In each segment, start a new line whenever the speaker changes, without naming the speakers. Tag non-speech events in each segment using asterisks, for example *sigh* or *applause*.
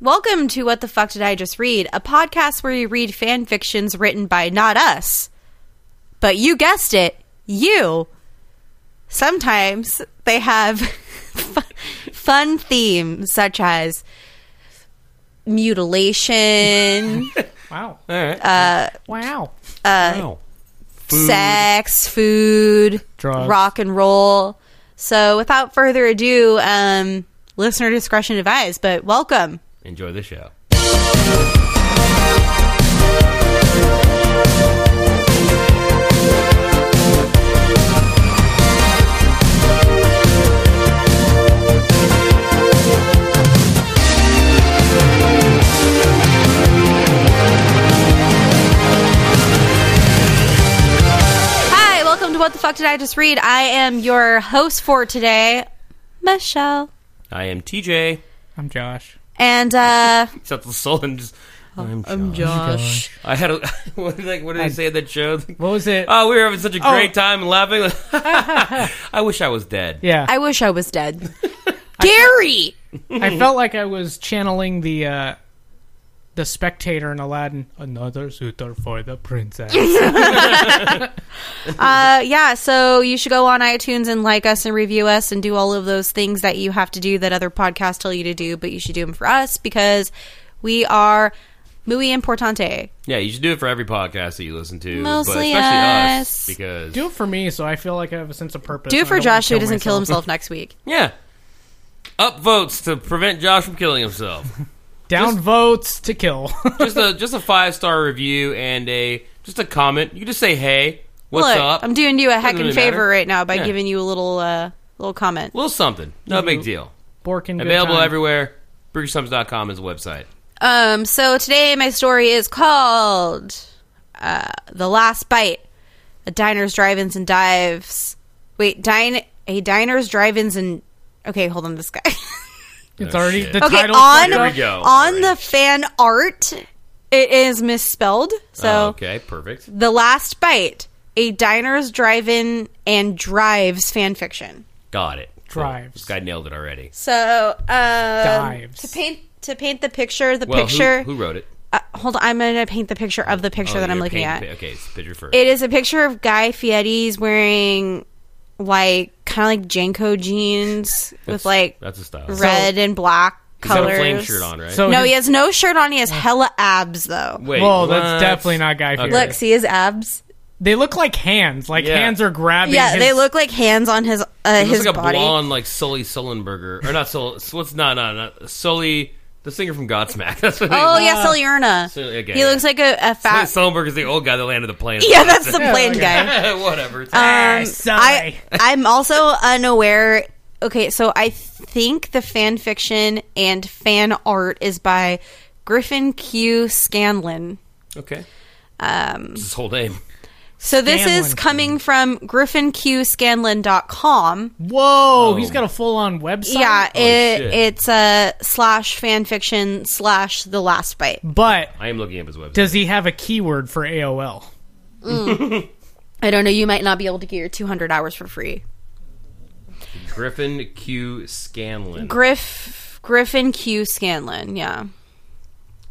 Welcome to What the Fuck Did I Just Read, a podcast where you read fan fictions written by not us, but you guessed it, you. Sometimes they have *laughs* fun themes such as mutilation,
Wow.
All right.
Uh,
Wow.
Wow. Food.
sex, food,
Drugs.
rock and roll. So without further ado, um, listener discretion advised, but welcome.
Enjoy the show.
Hi, welcome to What the Fuck Did I Just Read? I am your host for today, Michelle.
I am TJ.
I'm Josh.
And uh
Except the soul and just. I'm, John.
Josh.
I had a. *laughs* What, did I- what did I say in that show?
What was it?
Oh, we were having such a great time
*laughs*
and laughing. *laughs* I wish I was dead.
yeah.
I wish I was
*laughs*
dead. *laughs* Gary!
I felt like I was channeling the uh, the spectator in Aladdin. Another suitor for
*laughs*
the princess.
Uh yeah, so you should go on iTunes and like us and review us and do all of those things that you have to do that other podcasts tell you to do, but you should do them for us because we are muy importante.
Yeah, you should do it for every podcast that you listen to, but
Mostly
especially
us.
us because
Do it for me, so I feel like I have a sense of purpose.
Do it
and I
for
don't wanna
Josh who doesn't kill
myself.
himself next week.
yeah, up votes to prevent Josh from killing himself.
*laughs* Down votes to kill. *laughs*
just a just a five star review and a just a comment. You can just say hey, what's
Look,
up?
I'm doing you a heckin'
really
favor
matter.
right now by
Yeah.
giving you a little uh little comment.
little something. No big deal.
Borkin. Mm-hmm. good
Available
time.
everywhere. BrewSums.com is a website.
Um, so today my story is called uh, "The Last Bite: A Diners, Drive-ins, and Dives." Wait, dine a diners, drive-ins, and okay, hold on, this guy. *laughs*
It's
Oh,
already
shit.
the
okay,
title.
on
Here we go.
on
Alright.
the fan art, it is misspelled. So
Oh, okay, perfect.
"The Last Bite: A Diners, Drive-in, and Drives" fan fiction.
Got it. Cool.
Drives.
This guy nailed it already.
So, um,
Dives.
to paint to paint the picture, the
Well, who-
picture.
Who, wrote it?
uh, hold on, I'm gonna paint the picture of the picture
Oh,
that I'm
you're
looking
painting
at.
the pi- Okay, it's picture first.
It is a picture of Guy Fieri's wearing like kind of like Janko jeans with like
That's a style.
red and black
He's got
colors.
a flame shirt on, right?
So
No, Oh,
his-
he Oh. has no shirt on. He has hella abs though.
Wait,
Well, that's
what?
definitely not Guy
Okay.
Fieri.
Look, see his abs.
they look like hands. Like
Yeah.
hands are grabbing.
Yeah,
his-
they look like hands on his uh,
He looks
his
like a
body.
blonde, like Sully Sullenberger, or not Sully? What's not not not Sully, the singer from Godsmack. *laughs* That's what.
Oh
he,
yeah, Solierna.
So- okay,
he
yeah.
looks like a, a fat.
Sullenberger is the old guy that landed the plane.
*laughs* yeah, that's the plain
okay.
guy.
*laughs* whatever. It's
Ah,
Um, I
sigh.
I'm also unaware. Okay, so I think the fan fiction and fan art is by Griffin Q Scanlon.
Okay. Um, his whole name.
So this is
Scanlon.
coming from griffinqscanlon.com.
Whoa,
Oh.
he's got a full on Oh, website.
Yeah, it,
shit.
it's a slash fan fiction slash the last bite.
But
I am looking up his website.
does he have a keyword for AOL?
I don't know, you might not be able to get your 200 hours for free.
Griffin Q Scanlon.
Griff Griffin Q Scanlon, yeah.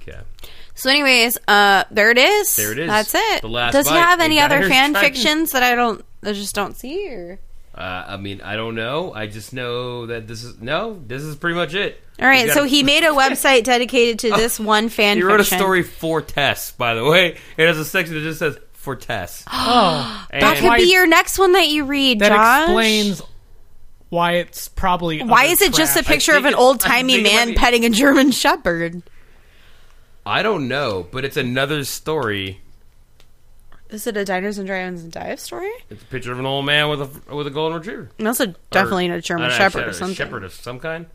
Okay.
So, anyways, uh, there it is.
There it is.
That's it.
The Last
Does he
Bite,
have
a
any other
Diners,
fan
Drive-ins.
fictions that I don't, I just don't see? Or...
Uh, I mean, I don't know. I just know that this is no. This is pretty much it.
All right,
He's got
so
a- Oh,
he made
*laughs*
a website dedicated to this one fan.
He wrote a
fiction.
story for Tess, by the way. It has a section that just says
*gasps*
for Tess.
Oh,
And
That could
Why-
be your next one that you read,
that
Josh.
explains why it's probably.
Why
utter
is it just a
trash.
picture
I
of an
think it-
old timey
I think it
man
might be-
petting a German shepherd?
I don't know, but it's another story.
Is it a diners and drive-ins and dive story?
It's a picture of an old man with a with a golden retriever.
And also definitely
Or-
a German
I don't know,
shepherd or
a
something.
Shepherd of some kind.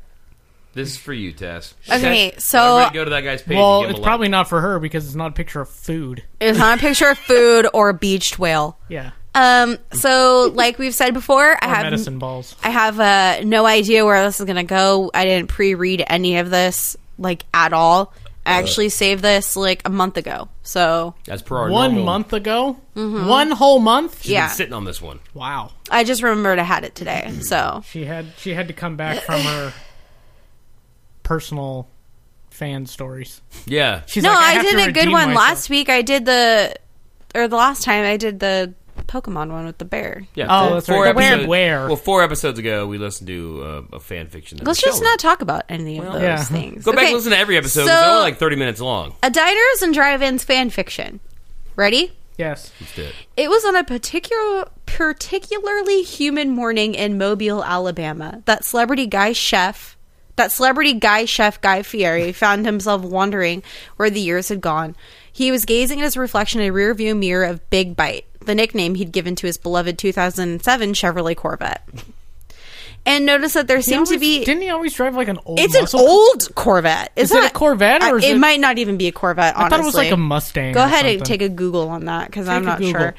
This is for you, Tess.
Okay, so-
Everybody go to that guy's page.
Well,
and give him
it's
a like.
probably not for her because it's not a picture of food.
It's not a picture of food or a beached whale.
Yeah,
Um, so like we've said before, I
or
have
medicine balls.
I have uh, no idea where this is gonna go. I didn't pre-read any of this like at all. I actually saved this like a month ago. So
That's per our
One
normal-
month ago,
Mm-hmm.
one whole month.
Been
yeah,
sitting on this one.
Wow,
I just remembered I had it today.
Mm-hmm.
So *coughs*
she had she had to come back from her personal fan stories.
Yeah.
She's
no,
like,
I,
have to
did a good
redeem
one
myself."
last week. I did the, or the last time I did the Pokemon one with the bear.
Yeah.
Oh,
four-
that's
four
right. The where-
episodes-
where.
Well, four episodes ago, we listened to uh, a fan fiction. that
Let's
Michelle
just
wrote.
not talk about any of those
yeah.
things.
Go back
Okay,
and listen to every episode. 'cause
So,
they're only like 30 minutes long.
a diners and drive-ins fan fiction. Ready?
Yes.
Let's do it.
It was on a particular, particularly human morning in Mobile, Alabama, that celebrity guy chef, that celebrity guy chef Guy Fieri *laughs* found himself wondering where the years had gone. He was gazing at his reflection in a rearview mirror of Big Bite, the nickname he'd given to his beloved 2007 Chevrolet Corvette, and noticed that there
He
seemed to
always-
be.
Didn't he always drive like an old?
It's an
muscle?
old Corvette. It's
Is it a
not-
Corvette or
I-
is
it,
it-
might not even be a Corvette.
I thought it was like a
honestly.
Mustang.
Go
or
ahead and
something.
take a Google on that because I'm
a
not
Google.
sure.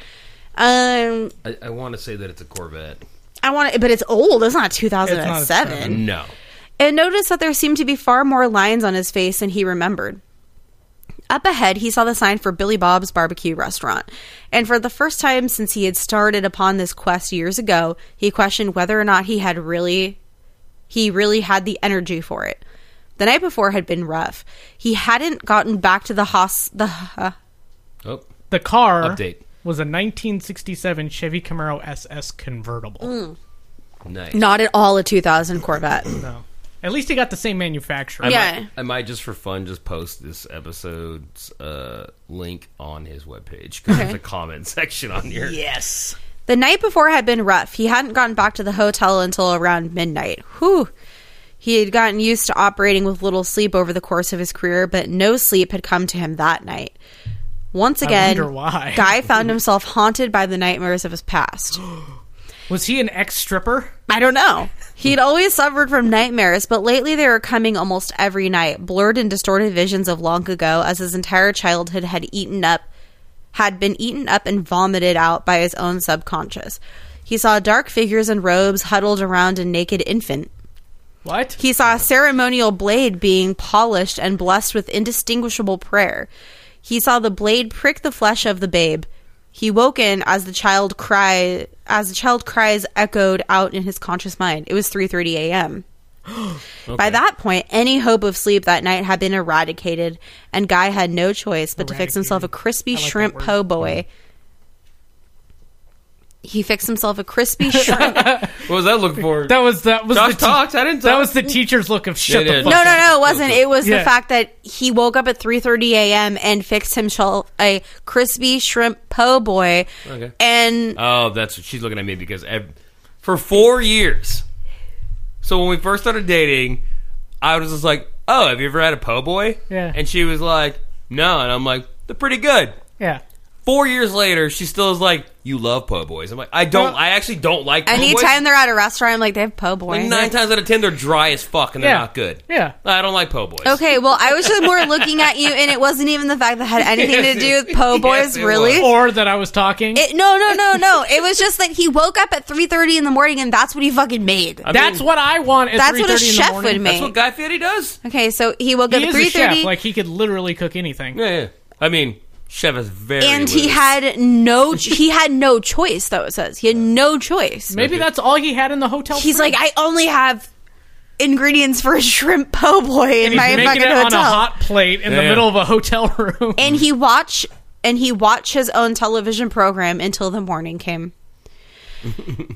Um,
I, I want to say that it's a Corvette.
I want to, but it's old. It's not 2007.
seven.
No.
and noticed that there seemed to be far more lines on his face than he remembered. Up ahead, he saw the sign for Billy Bob's Barbecue Restaurant. And for the first time since he had started upon this quest years ago, he questioned whether or not he had really he really had the energy for it. The night before had been rough. He hadn't gotten back to the hos the uh,
Oh.
The car
Update.
was a 1967 Chevy Camaro SS convertible.
Mm.
Nice.
not at all a 2000 Corvette.
No. At least he got the same manufacturer.
I
Yeah.
might, I might just for fun just post this episode's uh, link on his webpage because there's a comment *laughs* section on here.
Yes.
The night before had been rough. He hadn't gotten back to the hotel until around midnight. Whew. He had gotten used to operating with little sleep over the course of his career, but no sleep had come to him that night. Once again,
wonder why.
Guy
*laughs*
found himself haunted by the nightmares of his past.
Was he an ex stripper?
I don't know. He'd always suffered from nightmares, but lately they were coming almost every night, blurred and distorted visions of long ago as his entire childhood had eaten up had been eaten up and vomited out by his own subconscious. He saw dark figures in robes huddled around a naked infant.
What?
He saw a ceremonial blade being polished and blessed with indistinguishable prayer. He saw the blade prick the flesh of the babe. He woke in as the child cry as the child cries echoed out in his conscious mind. It was 3:30
*gasps*
a.m. By that point, any hope of sleep that night had been eradicated, and Guy had no choice but to fix himself a
Eradicated.
crispy
I like that
shrimp
word.
po' boy. He fixed himself a
*laughs*
crispy shrimp
What was that looking for?
that was that was
Josh
the
talked. I didn't
That
talk.
was the teacher's look of shut the
They did.
fuck
No,
up.
no, no, it wasn't. It was the
Yeah.
fact that he woke up at 3:30 a.m. and fixed himself a crispy shrimp po' boy.
Okay.
And
Oh, that's what she's looking at me because ev- for four years. So when we first started dating, I was just like, "Oh, have you ever had a po' boy?"
Yeah.
And she was like, "No," and I'm like, "They're pretty good."
Yeah.
Four years later, she still is like, "You love po' boys." I'm like, "I don't.
Well,
I actually don't like po' boys."
anytime they're at a restaurant, I'm like they have po' boy.
Like nine times out of ten, they're dry as fuck and they're
Yeah.
not good.
Yeah.
I don't like po' boys.
Okay, well, I was just more looking at you, and it wasn't even the fact that had anything
Yes,
to do
it-
with po'
yes,
boys,
it
really.
was.
Or that I was talking.
It, no, no, no, no. It was just that he woke up at 3:30 in the morning, and that's what he fucking made.
I mean,
that's what I want at
That's what a
3:30 in the
chef
morning.
would make.
That's what Guy Fieri does.
Okay, so he woke up
He
at
is a
3:30.
chef. Like he could literally cook anything.
Yeah, yeah. I mean, chef is very.
and he
loose.
had no he had no choice though it says he had no choice
Maybe that's all he had in the hotel.
He's
fridge.
like, I only have ingredients for a shrimp po' boy in
He's
my
making
fucking
it on a
hotel.
hot plate in the
Yeah.
middle of a hotel room.
and he watch and he watched his own television program until the morning
*laughs*
came.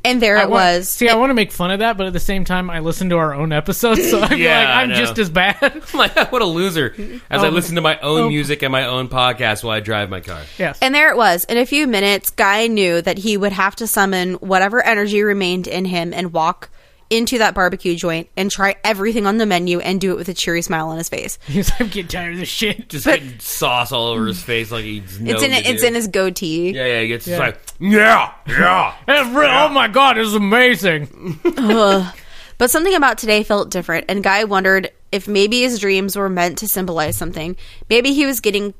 and there
*laughs* I
it
wa-
was.
See, I want to make fun of that, but at the same time, I listen to our own episodes, so I'm
*laughs* Yeah,
like,
I
I'm
know.
just as bad. *laughs*
*laughs* I'm like, what a loser. As I
Oh.
Um,
listen to my own
um,
music and my own podcast while I drive my car.
yes.
And there it was. In a few minutes, Guy knew that he would have to summon whatever energy remained in him and walk into that barbecue joint and try everything on the menu and do it with a cheery smile on his face.
He's like, I'm getting tired of this shit.
Just getting sauce all over his face like he's no
It's in it's in his goatee.
Yeah, yeah, he gets just
Yeah.
like, yeah, yeah.
*laughs*
Every- oh my god, it's amazing.
But something about today felt different, and Guy wondered if maybe his dreams were meant to symbolize something. Maybe he was getting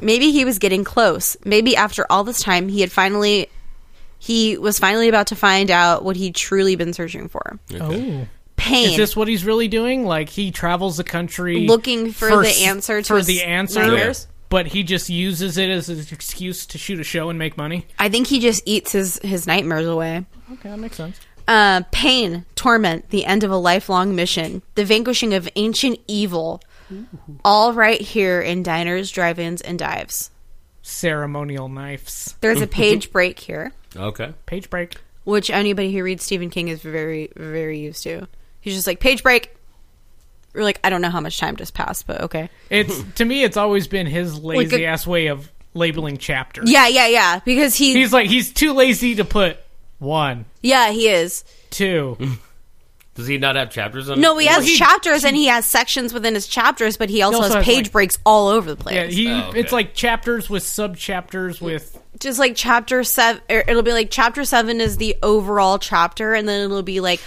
maybe he was getting close. Maybe after all this time he had finally he was finally about to find out what he'd truly been searching for.
Oh,
Pain.
is this what he's really doing? Like he travels the country
Looking for the
s-
answer to
for
his
the answer,
nightmares?
but he just uses it as an excuse to shoot a show and make money.
I think he just eats his, his nightmares away.
Okay, that makes sense.
Uh, pain, torment, the end of a lifelong mission, the vanquishing of ancient evil, all right here in diners, drive-ins, and dives.
Ceremonial knives.
There's a page break here,
Okay.
Page break.
which anybody who reads Stephen King is very, very used to. He's just like page break. You're like, I don't know how much time just passed, but okay.
*laughs* It's to me, it's always been his
Like a-
lazy ass way of labeling chapters.
Yeah, yeah, yeah. Because he,
He's like he's too lazy to put one,
yeah, he is.
*laughs* two.
Does he not have chapters on?
No, he has
he-
chapters and he has sections within his chapters, but he also,
also
has
has,
page
like-
breaks all over the place.
Yeah, he.
Oh, okay.
It's like chapters with sub chapters with.
just like chapter seven or it'll be like chapter seven is the overall chapter and then it'll be like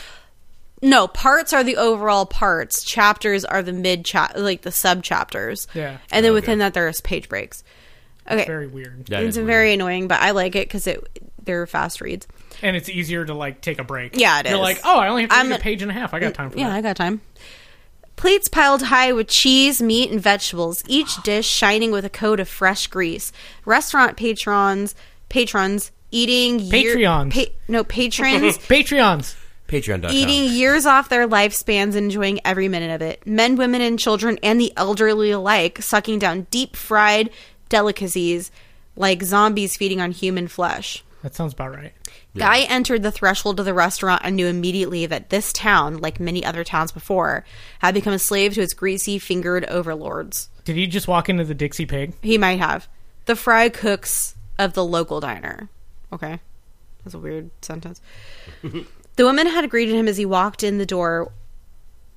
no parts are the overall parts chapters are the mid chap like the sub chapters
Yeah. Oh,
and then
Okay.
within that there's page breaks okay
Very weird.
That
it's
is
very annoying but i like it because it they're fast reads
and it's easier to like take a break.
Yeah, it
You're
is.
like, oh, I only have to
I'm
read a
a-
page and a half. I got time for
yeah i
that.
got time plates piled high with cheese meat and vegetables each dish shining with a coat of fresh grease restaurant patrons patrons eating year-
Patreons.
pa- no patrons *laughs*
*laughs* Patreons.
Patreon.com.
eating years off their lifespans and enjoying every minute of it. Men, women, and children, and the elderly alike, sucking down deep fried delicacies like zombies feeding on human flesh.
That sounds about right.
Guy entered the threshold of the restaurant and knew immediately that this town, like many other towns before, had become a slave to its greasy fingered overlords.
Did he just walk into the Dixie Pig?
He might have. The fry cooks of the local diner. Okay. That's a weird sentence. the woman had greeted him as he walked in the door.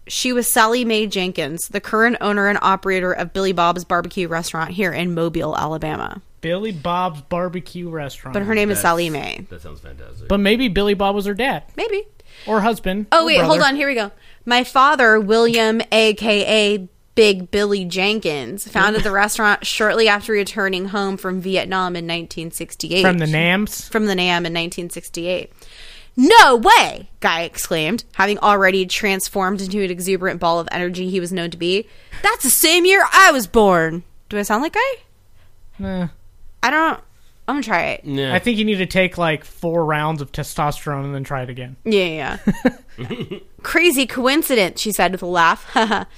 She was Sally Mae Jenkins, the current owner and operator of Billy Bob's Barbecue Restaurant here in Mobile, Alabama.
Billy Bob's barbecue restaurant.
But her name is
That's-
Sally Mae.
That sounds fantastic.
But maybe Billy Bob was her dad
Maybe.
or husband.
Oh,
or
wait, hold
brother.
on. Here we go. My father, William, a.k.a. Big Billy Jenkins, founded the restaurant shortly after returning home from Vietnam in 1968.
From the Nams.
from the NAM in 1968. No way! Guy exclaimed, having already transformed into an exuberant ball of energy he was known to be. That's the same year I was born. Do I sound like Guy?
Nah.
I don't. I'm gonna try it.
yeah.
Eh, I think you need to take like four rounds of testosterone and then try it again.
Yeah, yeah.
*laughs*
yeah. Crazy coincidence, she said with a laugh. *laughs*
*laughs*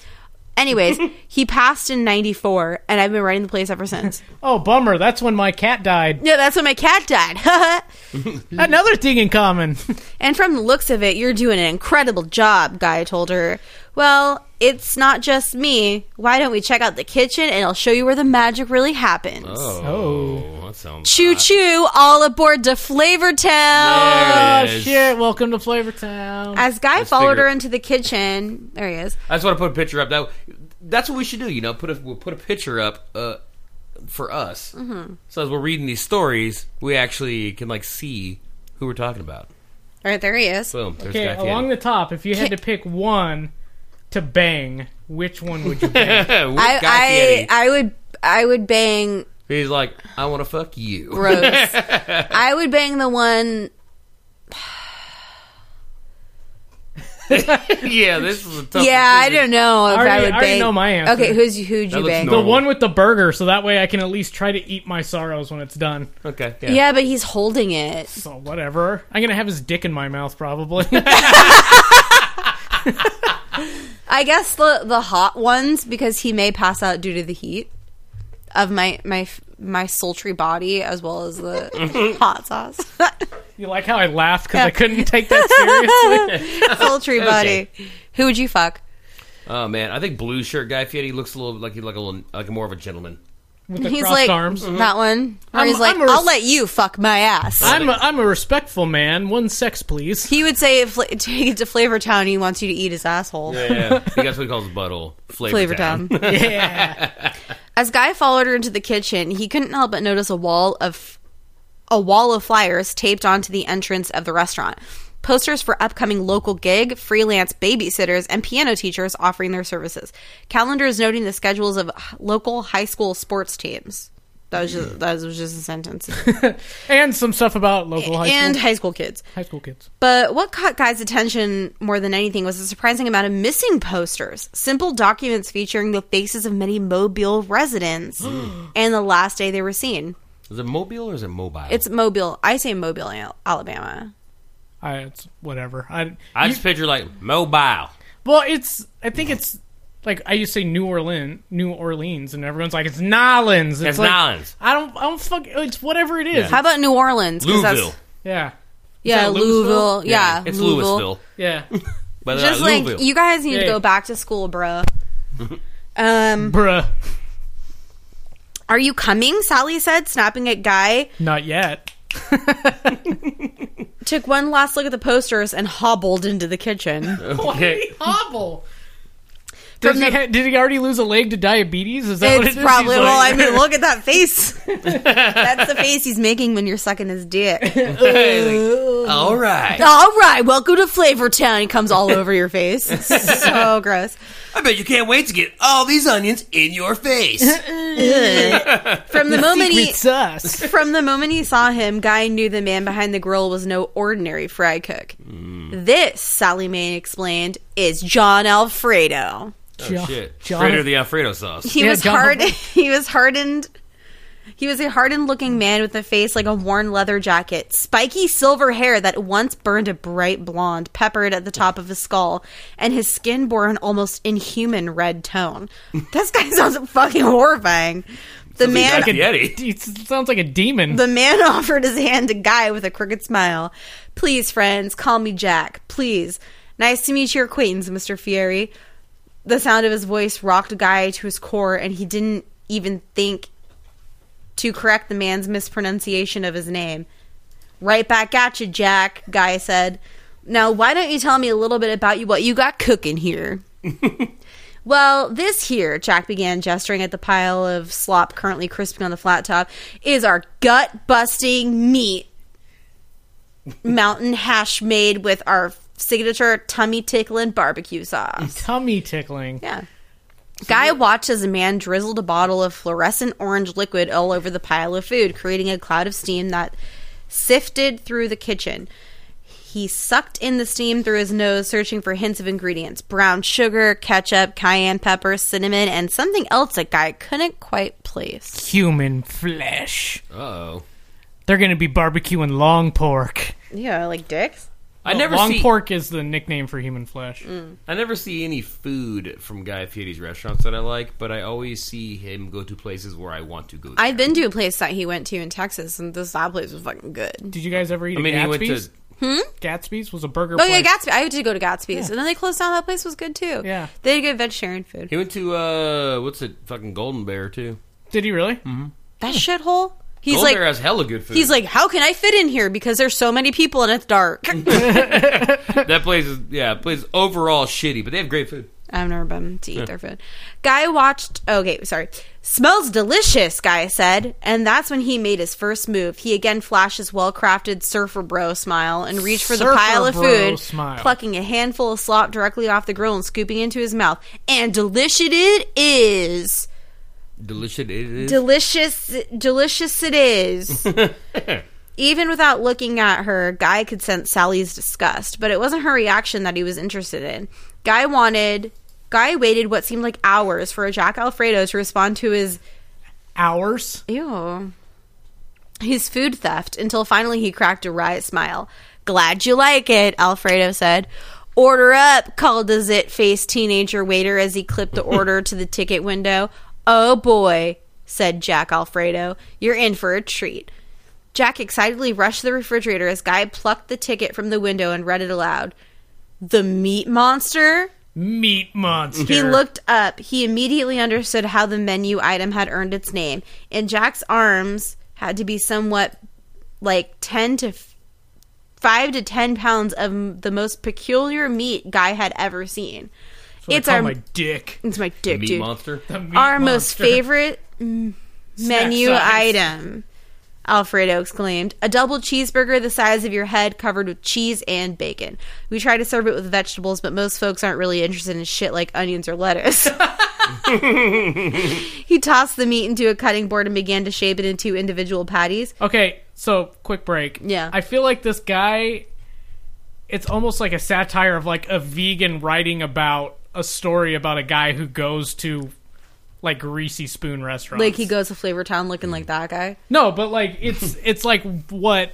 Anyways, he passed in 94, and I've been running the place ever
*laughs*
since.
Oh, bummer. That's when my cat died.
yeah, that's when my cat died. *laughs* Mm.
Another thing in common.
And from the looks of it, you're doing an incredible job, Guy told her. Well, it's not just me. Why don't we check out the kitchen and I'll show you where the magic really happens?
oh, that sounds.
Choo choo, all aboard to Flavor Town.
oh,
There it is.
shit. Welcome to Flavortown.
As Guy
Let's
followed
figure-
her into the kitchen, there he is.
I just want to put a picture up. That that's what we should do. You know, put a we'll put a picture up uh, for us.
Mm-hmm.
So as we're reading these stories, we actually can like see who we're talking about.
All right, there he is.
Boom. There's
okay,
Guy *laughs*
along the top, if you had to pick one to bang, which one *laughs* would you bang?
Fieri. With Guy
I, I,
Fieri.
I would I would bang
He's like, I want to fuck you. *laughs*
*laughs*
Rose. I would bang the one
yeah, this is a tough.
Yeah, I don't know if I,
already-
would
I
bang
already know my answer.
Okay, who's who'd you
looks
bang?
The
normal.
one with the burger, so that way I can at least try to eat my sorrows when it's done.
Okay. Yeah.
Yeah, but he's holding it.
So whatever. I'm gonna have his dick in my mouth *laughs* probably.
I guess the the hot ones because he may pass out due to the heat of my my my sultry body as well as
*laughs*
the hot sauce. *laughs*
you like how I laughed because I couldn't take that seriously.
sultry body.
Okay.
Who would you fuck?
Oh man, I think blue shirt Guy Fieri looks a little like he's like a little like more of a gentleman.
With the
he's
crossed
like
arms.
that one. Or
I'm-
he's like,
I'm a res-
I'll let you fuck my ass.
I'm a, I'm a respectful man. One sex, please.
he would say, if, "Take it *laughs* to Flavor Town. He wants you to eat his asshole."
Yeah, yeah. I think that's what *laughs* he calls his butthole. Flavor,
Flavor
Town.
Town.
yeah.
As Guy followed her into the kitchen, he couldn't help but notice a wall of a wall of flyers taped onto the entrance of the restaurant. Posters for upcoming local gig, freelance babysitters, and piano teachers offering their services. Calendars noting the schedules of h- local high school sports teams. That was just, that was just a sentence.
And some stuff about local high
and
school
high school kids.
high school kids.
But what caught Guy's attention more than anything was a surprising amount of missing posters, simple documents featuring the faces of many Mobile residents
*gasps*
and the last day they were seen.
Is it mobile or is it mobile?
It's Mobile. I say Mobile, Al- Alabama.
I, it's whatever. I,
I just picture like mobile.
well, it's I think it's like I used to say New Orleans, New Orleans, and everyone's like it's Nolens. It's,
It's
like,
Nolens.
I don't, I don't fuck. It's whatever it is.
How about New Orleans? 'Cause that's-
Louisville.
Yeah,
yeah,
that
Uh, Louisville.
Louisville?
Yeah,
it's
Louisville.
Louisville.
yeah,
But they're
Just
not
like
Louisville.
you guys need to
Yeah.
go back to school,
*laughs*
bruh. um,
bruh.
are you coming? Sally said, snapping at Guy.
Not yet.
Took one last look at the posters and hobbled into the kitchen.
Okay.
Hobble. Does
From
he
the-
ha- did he already lose a leg to diabetes? Is that what
it's
it is?
probably
He's
well. I
like-
mean, look at that face. *laughs* That's the face he's making when you're sucking his dick.
*laughs* All
*laughs*
right.
All right, welcome to Flavor Town. He comes all over your face. It's *laughs* so gross.
I bet you can't wait to get all these onions in
*laughs*
your face.
From the moment he
*laughs* Secret sauce.
From the moment he saw him, Guy knew the man behind the grill was no ordinary fry cook. This, Sally Mae explained, is John Alfredo.
*laughs*
oh, shit.
John-
Straight out of the Alfredo sauce.
He
Yeah,
was
John
hard *laughs* he was hardened he was a hardened looking man with a face like a worn leather jacket, spiky silver hair that once burned a bright blonde, peppered at the top of his skull, and his skin bore an almost inhuman red tone. *laughs* this guy sounds fucking horrifying. The man
Like a
*laughs*
Yeti.
He s- sounds like a
*laughs*
demon.
The man offered his hand to Guy with a crooked smile. Please, friends, call me Jack. Please. Nice to meet your acquaintance, Mr. Fieri. The sound of his voice rocked Guy to his core, and he didn't even think to correct the man's mispronunciation of his name. Right back at you, Jack, Guy said. Now, why don't you tell me a little bit about you, what you got cooking here? Well, this here, Jack began, gesturing at the pile of slop currently crisping on the flat top, is our gut busting meat mountain hash made with our signature tummy tickling barbecue sauce.
Tummy tickling.
Yeah. Guy watched as a man drizzled a bottle of fluorescent orange liquid all over the pile of food, creating a cloud of steam that sifted through the kitchen. He sucked in the steam through his nose, searching for hints of ingredients brown sugar, ketchup, cayenne pepper, cinnamon, and something else that Guy couldn't quite place.
Human flesh.
Uh-oh.
They're gonna be barbecuing long pork.
Yeah, like dicks?
I never
Oh, long
see Mm.
pork is the nickname for human flesh.
I never see any food from Guy Fieri's restaurants that I like, but I always see him go to places where I want to go.
I've been to a place that he went to in Texas, and this that place was fucking good.
Did you guys ever eat?
I mean,
a Gatsby's?
he went to
Gatsby's was a burger.
Oh,
place.
yeah, Gatsby. I did go to Gatsby's, and then they closed down. That place was good, too.
Yeah.
They had good vegetarian food.
he went to uh what's it fucking Golden Bear too.
Did he really?
Mm-hmm.
that shithole. He's
Golden
like,
Bear has hella good food.
he's like, how can I fit in here? Because there's so many people and it's dark.
that place is yeah, place is overall shitty, but they have great food.
I've never been to eat their food. Guy watched. Okay, sorry. Smells delicious, guy said, and that's when he made his first move. He again flashed his well-crafted surfer bro smile and reached for the
Surfer
pile of
bro
food,
smile.
plucking a handful of slop directly off the grill and scooping into his mouth. And delicious it is.
Delicious it is.
Delicious, delicious it is. Even without looking at her, Guy could sense Sally's disgust, but it wasn't her reaction that he was interested in. Guy wanted, Guy waited what seemed like hours for Jack Alfredo to respond to his
Hours.
Ew. His food theft until finally he cracked a riot smile. Glad you like it, Alfredo said. Order up, called the zit faced teenager waiter as he clipped the order to the ticket window. Oh boy, said Jack Alfredo. You're in for a treat. Jack excitedly rushed to the refrigerator as Guy plucked the ticket from the window and read it aloud. The meat monster?
Meat monster.
He looked up. He immediately understood how the menu item had earned its name. And Jack's arms had to be somewhat like 10 to f- 5 to 10 pounds of m- the most peculiar meat Guy had ever seen. it's our
my dick.
it's my dick,
Meat
dude.
monster.
The meat
Our most
monster. *laughs*
favorite mm, menu
size.
item. Alfredo exclaimed, "A double cheeseburger the size of your head, covered with cheese and bacon. We try to serve it with vegetables, but most folks aren't really interested in shit like onions or
*laughs*
lettuce." he tossed the meat into a cutting board and began to shape it into individual patties.
Okay, so quick break.
Yeah.
I feel like this guy. It's almost like a satire of like a vegan writing about a story about a guy who goes to like greasy spoon restaurants.
Like he goes to Flavor Town
Mm.
looking like that guy.
*laughs*
No, but like it's it's like what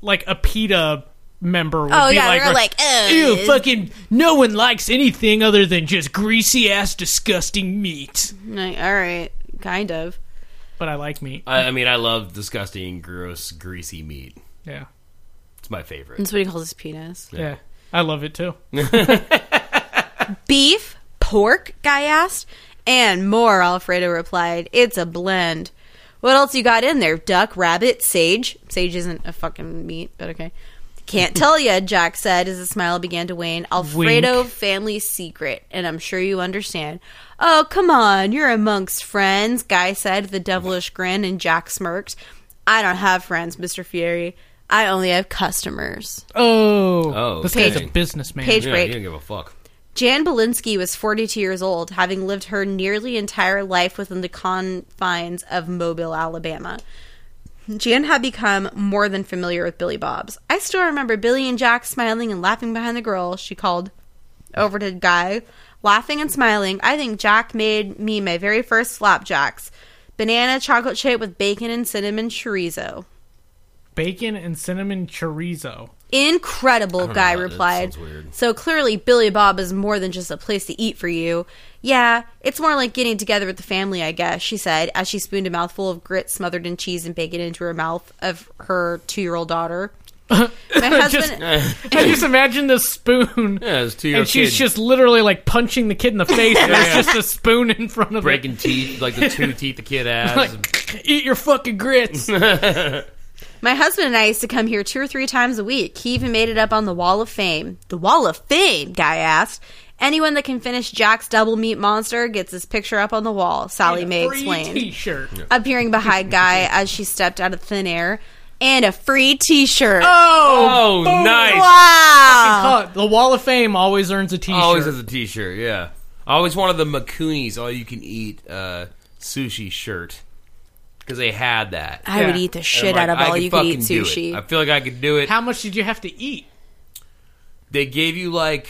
like a pita member would
Oh
be
yeah,
like,
they're like, "Ugh."
Ew, fucking no one likes anything other than just greasy ass disgusting meat.
Like, all right, kind of.
But I like meat.
I, I mean, I love disgusting, gross, greasy meat.
Yeah.
It's my favorite.
That's what he calls his penis.
Yeah. I love it too.
Beef, pork, guy asked, and more. Alfredo replied, "It's a blend." What else you got in there? Duck, rabbit, sage. Sage isn't a fucking meat, but okay.
*laughs*
Can't tell ya, Jack said as the smile began to wane. Alfredo family secret, and I'm sure you understand. Oh, come on, you're amongst friends, Guy said with a devilish grin, and Jack smirked. I don't have friends, Mr. Fury. I only have customers.
Oh,
Oh,
this guy's a
okay.
businessman.
Page-
Yeah,
Break.
you don't give a fuck.
Jan Belinsky was 42 years old, having lived her nearly entire life within the confines of Mobile, Alabama. Jan had become more than familiar with Billy Bob's. I still remember Billy and Jack smiling and laughing behind the girl. She called over to Guy, laughing and smiling. I think Jack made me my very first flapjacks banana chocolate chip with bacon and cinnamon chorizo.
Bacon and cinnamon chorizo. *laughs*
Incredible,
know
Guy
about that.
replied.
Sounds weird.
So clearly, Billy Bob is more than just a place to eat for you. Yeah, it's more like getting together with the family, I guess, she said, as she spooned a mouthful of grit smothered in cheese and bacon into her mouth of her two year old
*laughs*
daughter. My husband.
eh.
I just imagine this
*laughs*
spoon.
Yeah, it's two year
and she's just literally like punching the kid
*laughs*
in the face. and There's just a spoon in front of it.
breaking teeth, like the two teeth the kid has.
Like, eat your fucking grits.
My husband and I used to come here two or three times a week. He even made it up on the Wall of Fame. The Wall of Fame, Guy asked. Anyone that can finish Jack's double meat monster gets his picture up on the wall, Sally Mae
Free
explained.
T-shirt.
appearing behind Guy as she stepped out of thin air, and a free T-shirt.
Oh,
oh, nice.
wow!
fuck. Oh, the Wall of Fame always earns a T-shirt.
Always has a t shirt, yeah. I always wanted the Makuni's all you can eat uh, sushi shirt. Because they had that.
I would
Yeah.
eat the
And I'm
shit
like,
out of
I
all
could
you could eat
fucking do it. I
sushi.
feel like I could do it.
How much did you have to eat?
they gave you like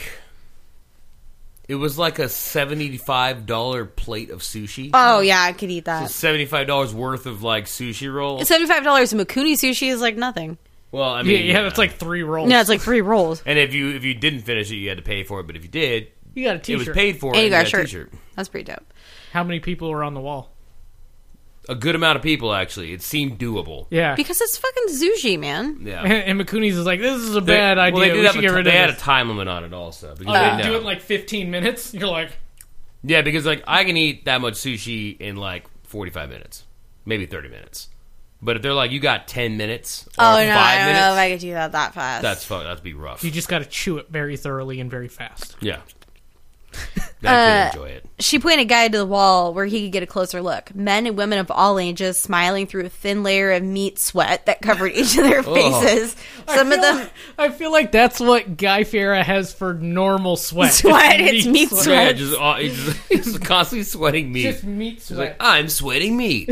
it was like a seventy-five dollar plate of sushi.
Oh yeah, I could eat that.
Seventy-five dollars worth of like sushi rolls.
Seventy-five dollars Makuni sushi is like nothing.
Well, I
Yeah,
mean, uh,
yeah, it's like three rolls.
No, it's like three
*laughs*
rolls.
And if you if you didn't finish it, you had to pay for it. But if you did,
you got a
it was
T-shirt.
paid for.
And you got a
had
shirt.
t-shirt.
That's pretty dope.
How many people were on the wall?
A good amount of people actually. It seemed doable.
Yeah.
Because it's fucking sushi, man.
*laughs*
Yeah.
and McCooney's is like, this is a *laughs* bad
They-
idea.
Well, they did
we
have
should
a
get
ti-
rid
they
of
had
this.
a time limit on it also. Because
Uh,
they
do
know.
it in like 15 minutes. You're like,
yeah, because like I can eat that much sushi in like forty-five minutes, maybe thirty minutes. But if they're like, you got ten minutes
Oh
or
no, I
five
don't know if
minutes,
I could do that that fast.
that's fu- that'd be rough.
you just got to chew it very thoroughly and very fast. *laughs*
Yeah.
Uh,
I could enjoy it.
She pointed Guy to the wall where he could get a closer look. Men and women of all ages smiling through a thin layer of meat sweat that
*laughs*
covered
Oh.
each of their faces. Some of them.
I feel like that's what Guy Fiera has for normal sweat.
*laughs* Sweat, it's meat
So yeah,
sweat.
just, all, he's just, *laughs* he's just constantly sweating meat.
Just
He's
meat
like, "Ah,
sweat.
I'm sweating meat.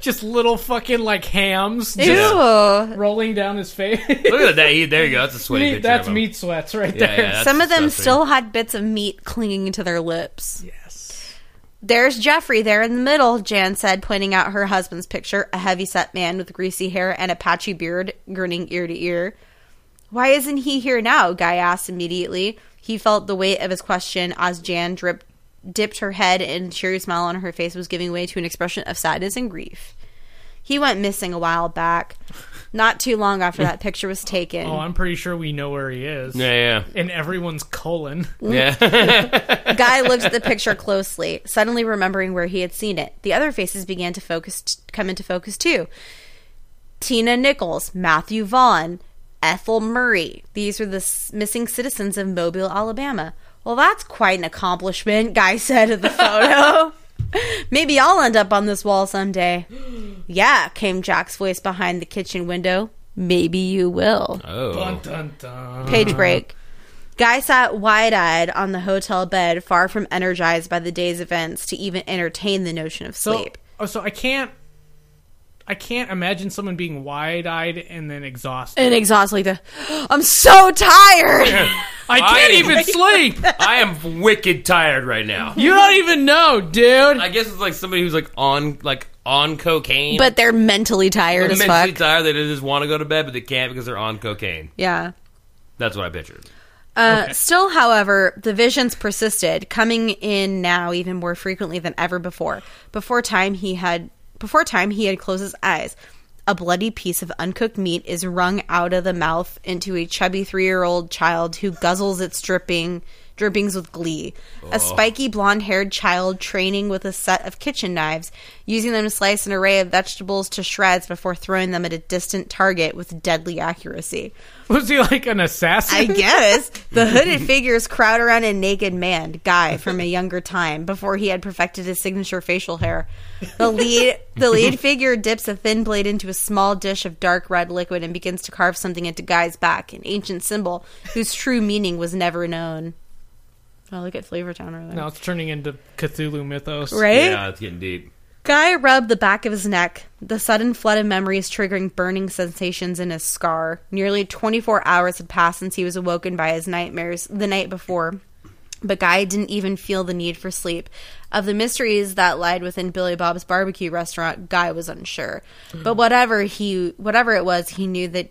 Just little fucking like hams
Ew.
just rolling down his face.
Look at that. He, there you go. That's a sweaty
Meat-
picture.
that's
of him.
meat sweats right
Yeah, yeah,
there.
that's
Some of them
disgusting.
still had bits of meat clinging to their lips.
Yes.
There's Jeffrey there in the middle, Jan said, pointing out her husband's picture, a heavy set man with greasy hair and a patchy beard, grinning ear to ear. Why isn't he here now? Guy asked immediately. He felt the weight of his question as Jan dripped, dipped her head and the cheery smile on her face was giving way to an expression of sadness and grief. He went missing a while back, not too long after that picture was taken.
Oh, I'm pretty sure we know where he is.
Yeah,
In everyone's colon.
yeah. Yeah.
Guy looked at the picture closely, suddenly remembering where he had seen it. The other faces began to focus, come into focus too. Tina Nichols, Matthew Vaughn, Ethel Murray. These were the s- missing citizens of Mobile, Alabama. Well, that's quite an accomplishment, Guy *laughs* said of the photo. Maybe I'll end up on this wall someday. *gasps* Yeah, came Jack's voice behind the kitchen window. Maybe you will.
oh.
*laughs* Dun, dun, dun.
Page break. Guy sat wide eyed on the hotel bed, far from energized by the day's events to even entertain the notion of
So,
sleep.
oh, so I can't. I can't imagine someone being wide eyed and then exhausted.
*gasps* and exhaust like the I'm so tired.
I can't even sleep.
I am wicked tired right now.
*laughs* You don't even know, dude.
I guess it's like somebody who's like on like on
*laughs*
cocaine,
But they're mentally tired
they're
as
mentally
fuck.
tired. They just want to go to bed, but they can't because they're on cocaine.
yeah.
That's what I pictured.
Uh, Still, however, the visions persisted, coming in now even more frequently than ever before. Before time, he had before time he had closed his eyes. A bloody piece of uncooked meat is wrung out of the mouth into a chubby three-year-old child who guzzles its dripping drippings with glee. A spiky blonde-haired child training with a set of kitchen knives, using them to slice an array of vegetables to shreds before throwing them at a distant target with deadly accuracy.
Was he like an
I
*laughs* assassin?
guess the hooded figures crowd around a naked man, guy from a younger time, before he had perfected his signature facial hair. The lead, the lead figure dips a thin blade into a small dish of dark red liquid and begins to carve something into Guy's back, an ancient symbol whose true meaning was never known. Oh, look at Flavortown over there.
now it's turning into Cthulhu mythos.
Right?
Yeah, it's getting deep.
Guy rubbed the back of his neck, the sudden flood of memories triggering burning sensations in his scar. Nearly 24 hours had passed since he was awoken by his nightmares the night before, but Guy didn't even feel the need for sleep. Of the mysteries that lied within Billy Bob's barbecue restaurant, Guy was unsure. But whatever he whatever it was, he knew that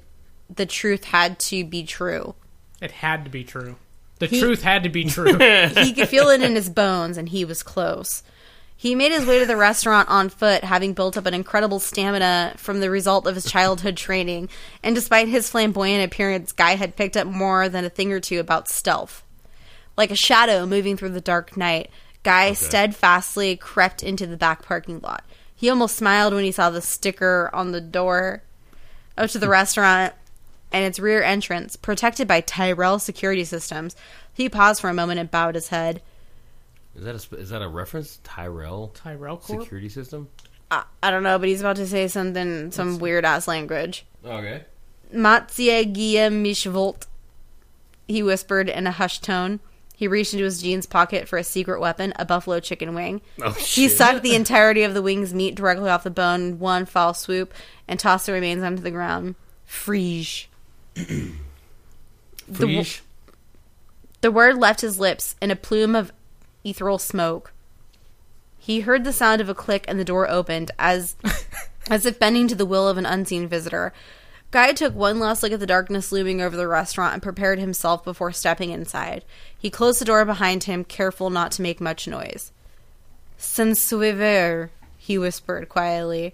the truth had to be true.
It had to be true. The truth had to
*laughs*
be true.
he could feel it in his bones, and he was close. He made his way to the restaurant on foot, having built up an incredible stamina from the result of his childhood training. And despite his flamboyant appearance, Guy had picked up more than a thing or two about stealth. Like a shadow moving through the dark night, Guy steadfastly crept into the back parking lot. He almost smiled when he saw the sticker on the door up to the restaurant and its rear entrance, protected by Tyrell security systems. He paused for a moment and bowed his head.
Is that a, sp- is that a reference? Tyrell
Tyrell Corp?
security system.
I, I don't know, but he's about to say something, some weird ass language.
Okay.
Matzie Gia Mishvolt, he whispered in a hushed tone. He reached into his jeans pocket for a secret weapon, a buffalo chicken wing.
Oh
He
shit.
sucked *laughs* the entirety of the wing's meat directly off the bone in one foul swoop and tossed the remains onto the ground. Frige. the w-
Friesch?
The word left his lips in a plume of ethereal smoke. He heard the sound of a click and the door opened as as if bending to the will of an unseen visitor. Guy took one last look at the darkness looming over the restaurant and prepared himself before stepping inside. He closed the door behind him, careful not to make much noise. Sensuiver, he whispered quietly.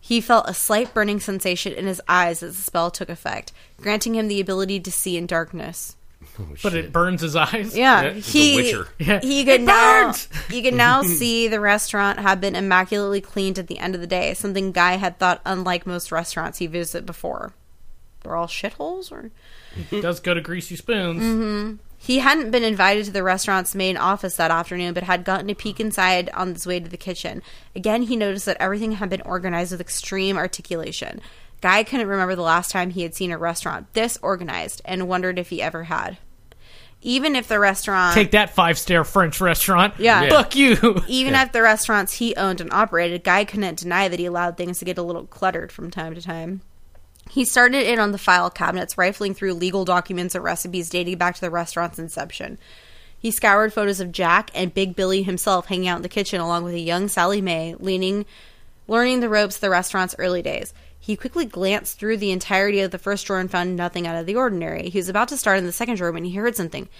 He felt a slight burning sensation in his eyes as the spell took effect, granting him the ability to see in darkness.
Oh,
But
shit.
it burns his eyes.
Yeah,
Yeah, it's The
he
Witcher.
*laughs* he could now you can
*laughs*
now see the restaurant had been immaculately cleaned at the end of the day. Something Guy had thought unlike most restaurants he visited before. They're all shitholes, or
He does go to Greasy Spoons.
Mm-hmm. he hadn't been invited to the restaurant's main office that afternoon, but had gotten a peek inside on his way to the kitchen. Again, he noticed that everything had been organized with extreme articulation. Guy couldn't remember the last time he had seen a restaurant this organized, and wondered if he ever had. Even if the restaurant
Take that five star French restaurant.
Yeah. Yeah. *laughs*
Fuck you.
even at the restaurants he owned and operated, Guy couldn't deny that he allowed things to get a little cluttered from time to time. He started in on the file cabinets, rifling through legal documents and recipes dating back to the restaurant's inception. He scoured photos of Jack and Big Billy himself hanging out in the kitchen along with a young Sally Mae, leaning learning the ropes of the restaurant's early days. He quickly glanced through the entirety of the first drawer and found nothing out of the ordinary. He was about to start in the second drawer when he heard something.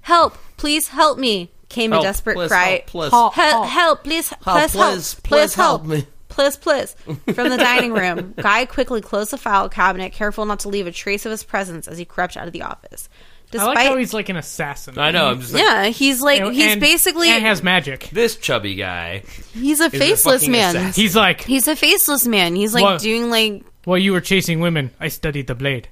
Help! Please help me! Came a
Help,
desperate
please
cry.
help, please
Hel- help, Please, please,
please,
help! Please
please
help!
help me.
Please, please. From the dining room, Guy quickly closed the file cabinet, careful not to leave a trace of his presence as he crept out of the office.
I
Despite,
like how he's like an assassin.
I know. I'm just like
yeah, he's like
You know,
he's
and-
basically
and has magic.
this chubby guy.
he's a faceless
fucking
man.
assassin.
He's like,
He's a faceless man. He's like
What?
doing like
while you were chasing women, I studied the blade.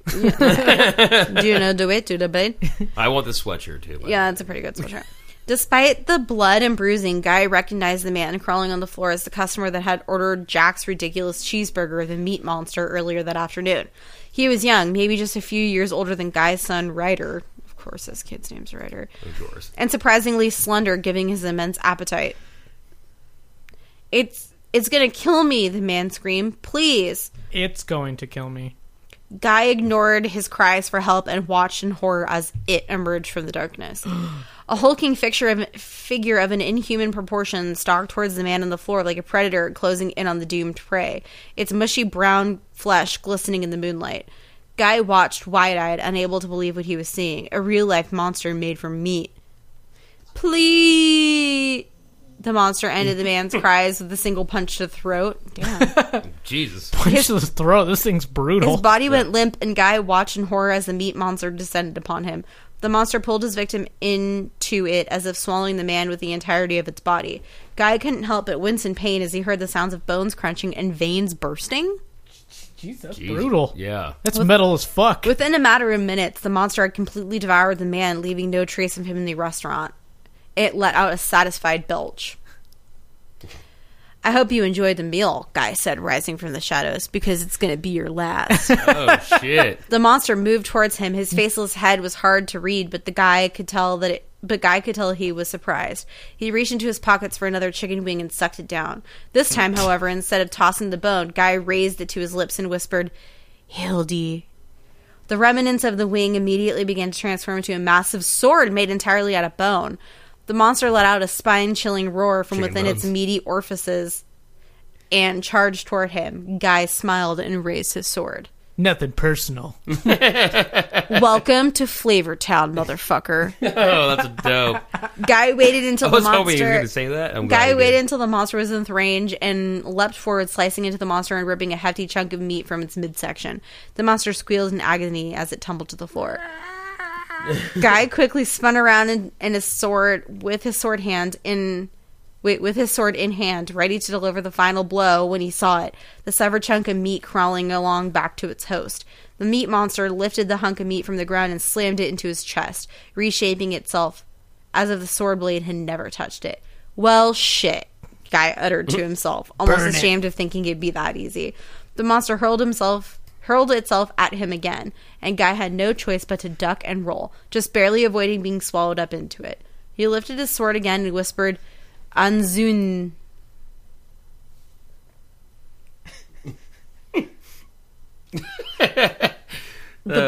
do you know do it do the blade.
*laughs*
I want this sweatshirt too. by the way.
Yeah, it's a pretty good sweatshirt. Despite the blood and bruising, Guy recognized the man crawling on the floor as the customer that had ordered Jack's ridiculous cheeseburger, the meat monster, earlier that afternoon. He was young, maybe just a few years older than Guy's son, Ryder. Of course, his kid's name's Ryder.
Of course.
And surprisingly slender, giving his immense appetite. It's it's gonna kill me, the man screamed. Please.
It's going to kill me. *laughs*
Guy ignored his cries for help and watched in horror as it emerged from the darkness. a hulking fixture of, figure of an inhuman proportion stalked towards the man on the floor like a predator closing in on the doomed prey, its mushy brown flesh glistening in the moonlight. Guy watched wide eyed, unable to believe what he was seeing a real life monster made from meat. Please! The monster ended the man's cries with a single punch to the throat. Damn.
Jesus.
Punch to the throat. This thing's brutal.
His body went limp, and Guy watched in horror as the meat monster descended upon him. The monster pulled his victim into it as if swallowing the man with the entirety of its body. Guy couldn't help but wince in pain as he heard the sounds of bones crunching and veins bursting.
Jeez, that's
Jesus.
brutal.
Yeah.
That's metal as fuck.
Within a matter of minutes, the monster had completely devoured the man, leaving no trace of him in the restaurant. It let out a satisfied belch. I hope you enjoyed the meal, Guy said, rising from the shadows, because it's going to be your last.
Oh
*laughs*
shit.
The monster moved towards him. His faceless head was hard to read, but the guy could tell that it but guy could tell he was surprised. He reached into his pockets for another chicken wing and sucked it down. This time, however, instead of tossing the bone, guy raised it to his lips and whispered, "Hildy." The remnants of the wing immediately began to transform into a massive sword made entirely out of bone. The monster let out a spine-chilling roar from
Chicken
within its
bones.
meaty orifices and charged toward him. Guy smiled and raised his sword.
Nothing personal.
Welcome to Flavortown, motherfucker.
Oh, that's a dope.
Guy
*laughs*
waited until
I
the
was hoping you
monster.
were going to say that. I'm glad
Guy
you
waited
did.
until the monster was in range and leapt forward, slicing into the monster and ripping a hefty chunk of meat from its midsection. The monster squealed in agony as it tumbled to the floor. Guy quickly spun around in, in his sword with his sword hand in wait with his sword in hand, ready to deliver the final blow when he saw it, the severed chunk of meat crawling along back to its host. The meat monster lifted the hunk of meat from the ground and slammed it into his chest, reshaping itself as if the sword blade had never touched it. Well shit, Guy uttered
*laughs*
to himself, almost
Burn it.
ashamed of thinking it'd be that easy. The monster hurled himself hurled itself at him again, and Guy had no choice but to duck and roll, just barely avoiding being swallowed up into it. He lifted his sword again and whispered,
*laughs*
Anzun. the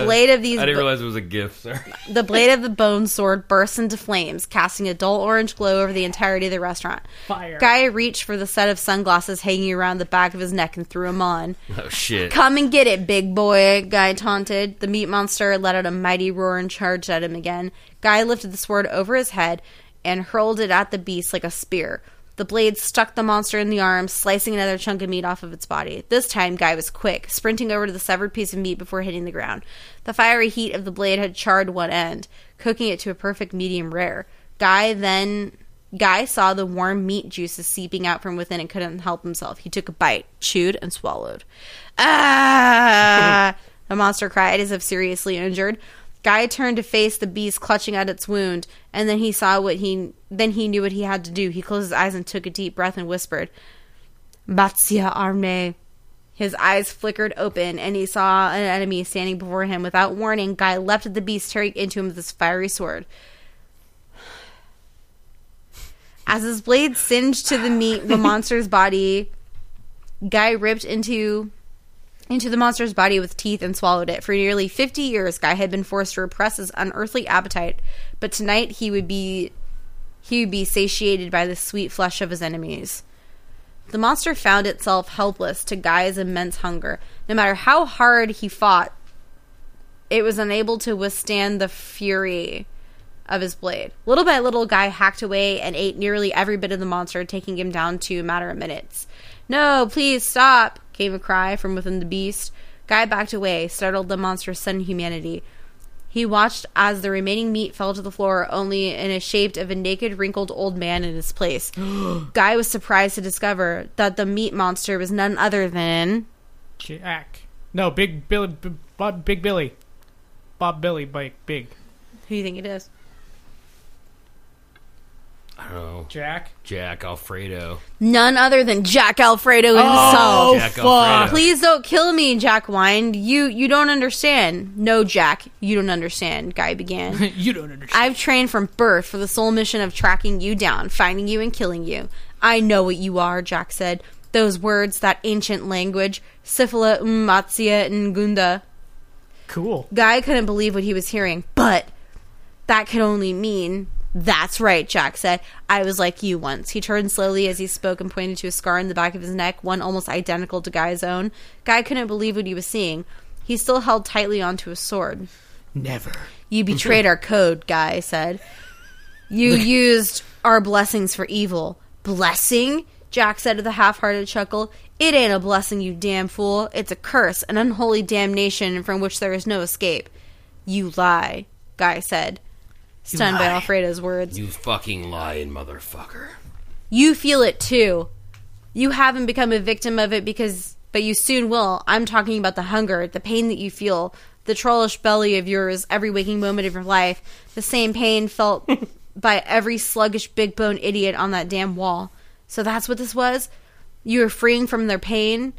blade of these
Oh, I didn't
bo-
realize it was a gift. Sorry.
the blade of the bone sword burst into flames, casting a dull orange glow over the entirety of the restaurant.
Fire.
Guy reached for the set of sunglasses hanging around the back of his neck and threw them on.
*laughs* Oh shit.
Come and get it, big boy, Guy taunted. The meat monster let out a mighty roar and charged at him again. Guy lifted the sword over his head and hurled it at the beast like a spear. The blade stuck the monster in the arm, slicing another chunk of meat off of its body. This time, Guy was quick, sprinting over to the severed piece of meat before hitting the ground. The fiery heat of the blade had charred one end, cooking it to a perfect medium rare. Guy then. Guy saw the warm meat juices seeping out from within and couldn't help himself. He took a bite, chewed, and swallowed. Ah! the monster cried as if seriously injured. Guy turned to face the beast clutching at its wound, and then he saw what he then he knew what he had to do. He closed his eyes and took a deep breath and whispered, Matsia Arne. His eyes flickered open, and he saw an enemy standing before him. Without warning, Guy leapt at the beast, tearing into him with his fiery sword. As his blade singed to the meat, the monster's body, Guy ripped into into the monster's body with teeth and swallowed it. For nearly 50 years, Guy had been forced to repress his unearthly appetite, but tonight he would be he would be satiated by the sweet flesh of his enemies. The monster found itself helpless to Guy's immense hunger. No matter how hard he fought, it was unable to withstand the fury of his blade. Little by little, Guy hacked away and ate nearly every bit of the monster, taking him down to a matter of minutes. No, please stop, came a cry from within the beast. Guy backed away, startled the monster's sudden humanity. He watched as the remaining meat fell to the floor, only in a shape of a naked, wrinkled old man in his *gasps* place. Guy was surprised to discover that the meat monster was none other than
Jack. No, Big Billy. B- Bob, Big Billy. Bob Billy. Big. Big.
who do you think it is?
I don't know.
Jack.
Oh, Jack Alfredo.
None other than Jack Alfredo himself.
Oh,
Jack
fuck.
Alfredo.
Please don't kill me, Jack whined. You you don't understand. No, Jack, you don't understand, Guy
*laughs*
began.
you don't understand.
I've trained from birth for the sole mission of tracking you down, finding you and killing you. I know what you are, Jack mm, said. Those words, that ancient language, syphila, matsia, and gunda.
Cool.
Guy couldn't believe what he was hearing, but that could only mean that's right, Jack said. I was like you once. He turned slowly as he spoke and pointed to a scar in the back of his neck, one almost identical to Guy's own. Guy couldn't believe what he was seeing. He still held tightly onto his sword.
Never.
You betrayed our code, Guy said.
*laughs*
You used our blessings for evil. Blessing? Jack said with a half hearted chuckle. It ain't a blessing, you damn fool. It's a curse, an unholy damnation from which there is no escape. You lie, Guy said, stunned by
lie.
Alfredo's words.
You fucking lying motherfucker.
You feel it too. You haven't become a victim of it because, but you soon will. I'm talking about the hunger, the pain that you feel, the trollish belly of yours every waking moment of your life, the same pain felt by every sluggish big bone idiot on that damn wall. So that's what this was? You were freeing from their pain,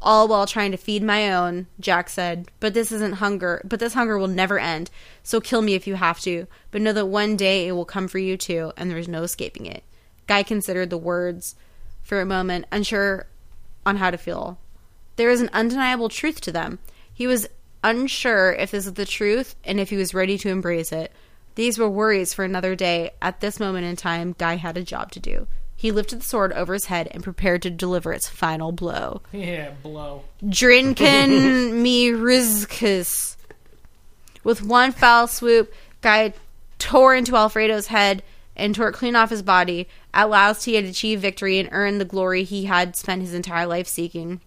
all while trying to feed my own, Jack said. But this isn't hunger, but this hunger will never end. So kill me if you have to, but know that one day it will come for you too, and there's no escaping it. Guy considered the words for a moment, unsure on how to feel. There is an undeniable truth to them. He was unsure if this was the truth and if he was ready to embrace it. These were worries for another day. At this moment in time, Guy had a job to do. He lifted the sword over his head and prepared to deliver its final blow.
Yeah, blow.
Drinken me rizkus. With one foul swoop, Guy tore into Alfredo's head and tore it clean off his body. At last, he had achieved victory and earned the glory he had spent his entire life seeking.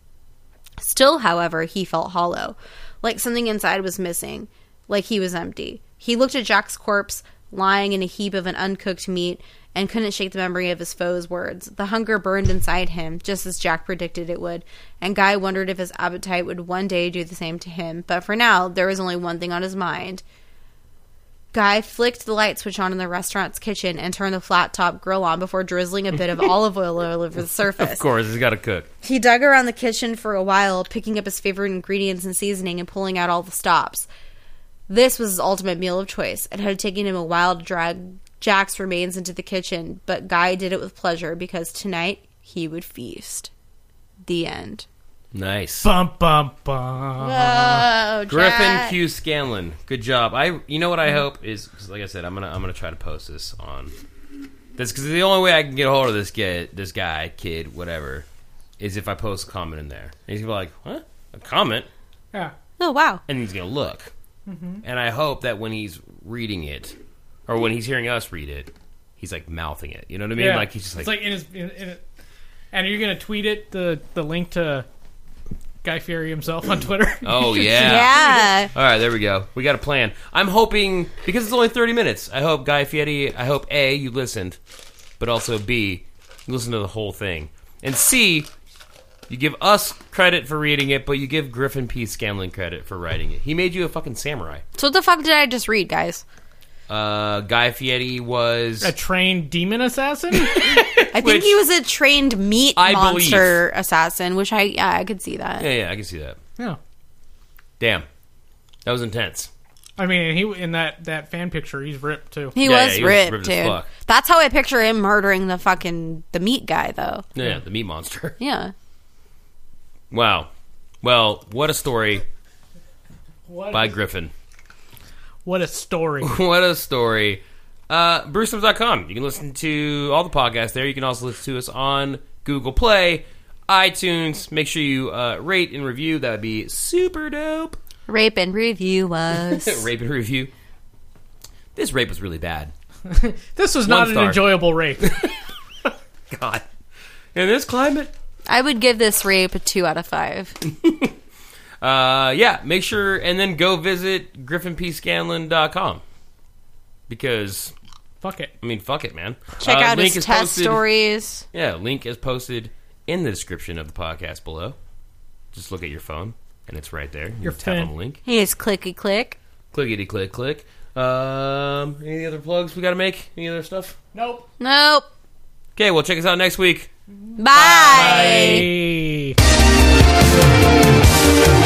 Still, however, he felt hollow, like something inside was missing, like he was empty. He looked at Jack's corpse lying in a heap of an uncooked meat and couldn't shake the memory of his foe's words. The hunger burned inside him, just as Jack predicted it would, and Guy wondered if his appetite would one day do the same to him. But for now, there was only one thing on his mind. Guy flicked the light switch on in the restaurant's kitchen and turned the flat top grill on before drizzling a bit of olive oil over the surface.
Of course, he's got to cook.
He dug around the kitchen for a while, picking up his favorite ingredients and seasoning and pulling out all the stops. This was his ultimate meal of choice. It had taken him a while to drag Jack's remains into the kitchen, but Guy did it with pleasure because tonight he would feast. The end.
Nice.
Bum bum bum.
Oh,
Uh, Griffin Q Scanlon, good job. I, you know what
Mm.
I hope is, 'cause like I said, I'm gonna, I'm gonna try to post this on this because the only way I can get a hold of this kid, this guy, kid, whatever, is if I post a comment in there. And he's gonna be like, huh, a comment,
Yeah.
Oh, wow.
and he's gonna look.
Mm-hmm.
And I hope that when he's reading it, or when he's hearing us read it, he's like mouthing it. You know what I mean?
yeah.
Like he's just like,
it's like in his in, in it. And you're gonna tweet it the the link to Guy Fieri himself on Twitter.
*laughs*
*laughs*
oh
Yeah.
All right, there we go. We got a plan. I'm hoping because it's only 30 minutes. I hope Guy Fieri. I hope A you listened, but also B you listen to the whole thing, and C you give us credit for reading it, but you give Griffin P. Scanlon credit for writing it. He made you a fucking samurai.
So, what the fuck did I just read, guys?
Uh, Guy Fieri was.
a trained demon
*laughs*
assassin.
I think
Which-
he was a trained meat
I believe.
monster assassin, which I, yeah, I could see that.
Yeah, yeah, I can see that.
yeah.
Damn, that was intense.
I mean, and he in that that fan picture, he's ripped too.
He
Yeah,
was
yeah, he was
ripped,
ripped as
dude.
fuck.
That's how I picture him murdering the fucking the meat guy, though.
Yeah, yeah, the meat monster. *laughs*
Yeah,
Wow. Well, what a story
What
by
a,
Griffin.
what a
*laughs*
story.
what a story. Uh, BruceStims.com. You can listen to all the podcasts there. You can also listen to us on Google Play, iTunes. Make sure you uh, rate and review. That would be super dope.
rape and review us.
*laughs* rape and review. This rape was really bad.
This was not
One
an
star.
enjoyable
*laughs*
rape.
God. In this climate,
I would give this rape a two out of five.
Uh, yeah, make sure and then go visit griffinpscanlon.com because
Fuck it.
I mean, fuck it, man.
Check
Uh,
out
link
his
is
test
posted-
stories.
Yeah, link is posted in the description of the podcast below. Just look at your phone, and it's right there. You
Your
tap on
phone.
the link.
He is clicky click.
Clickety click click. Um, any other plugs we got to make? Any other stuff?
Nope.
Nope.
Okay, well, check us out next week.
Bye.
Hey.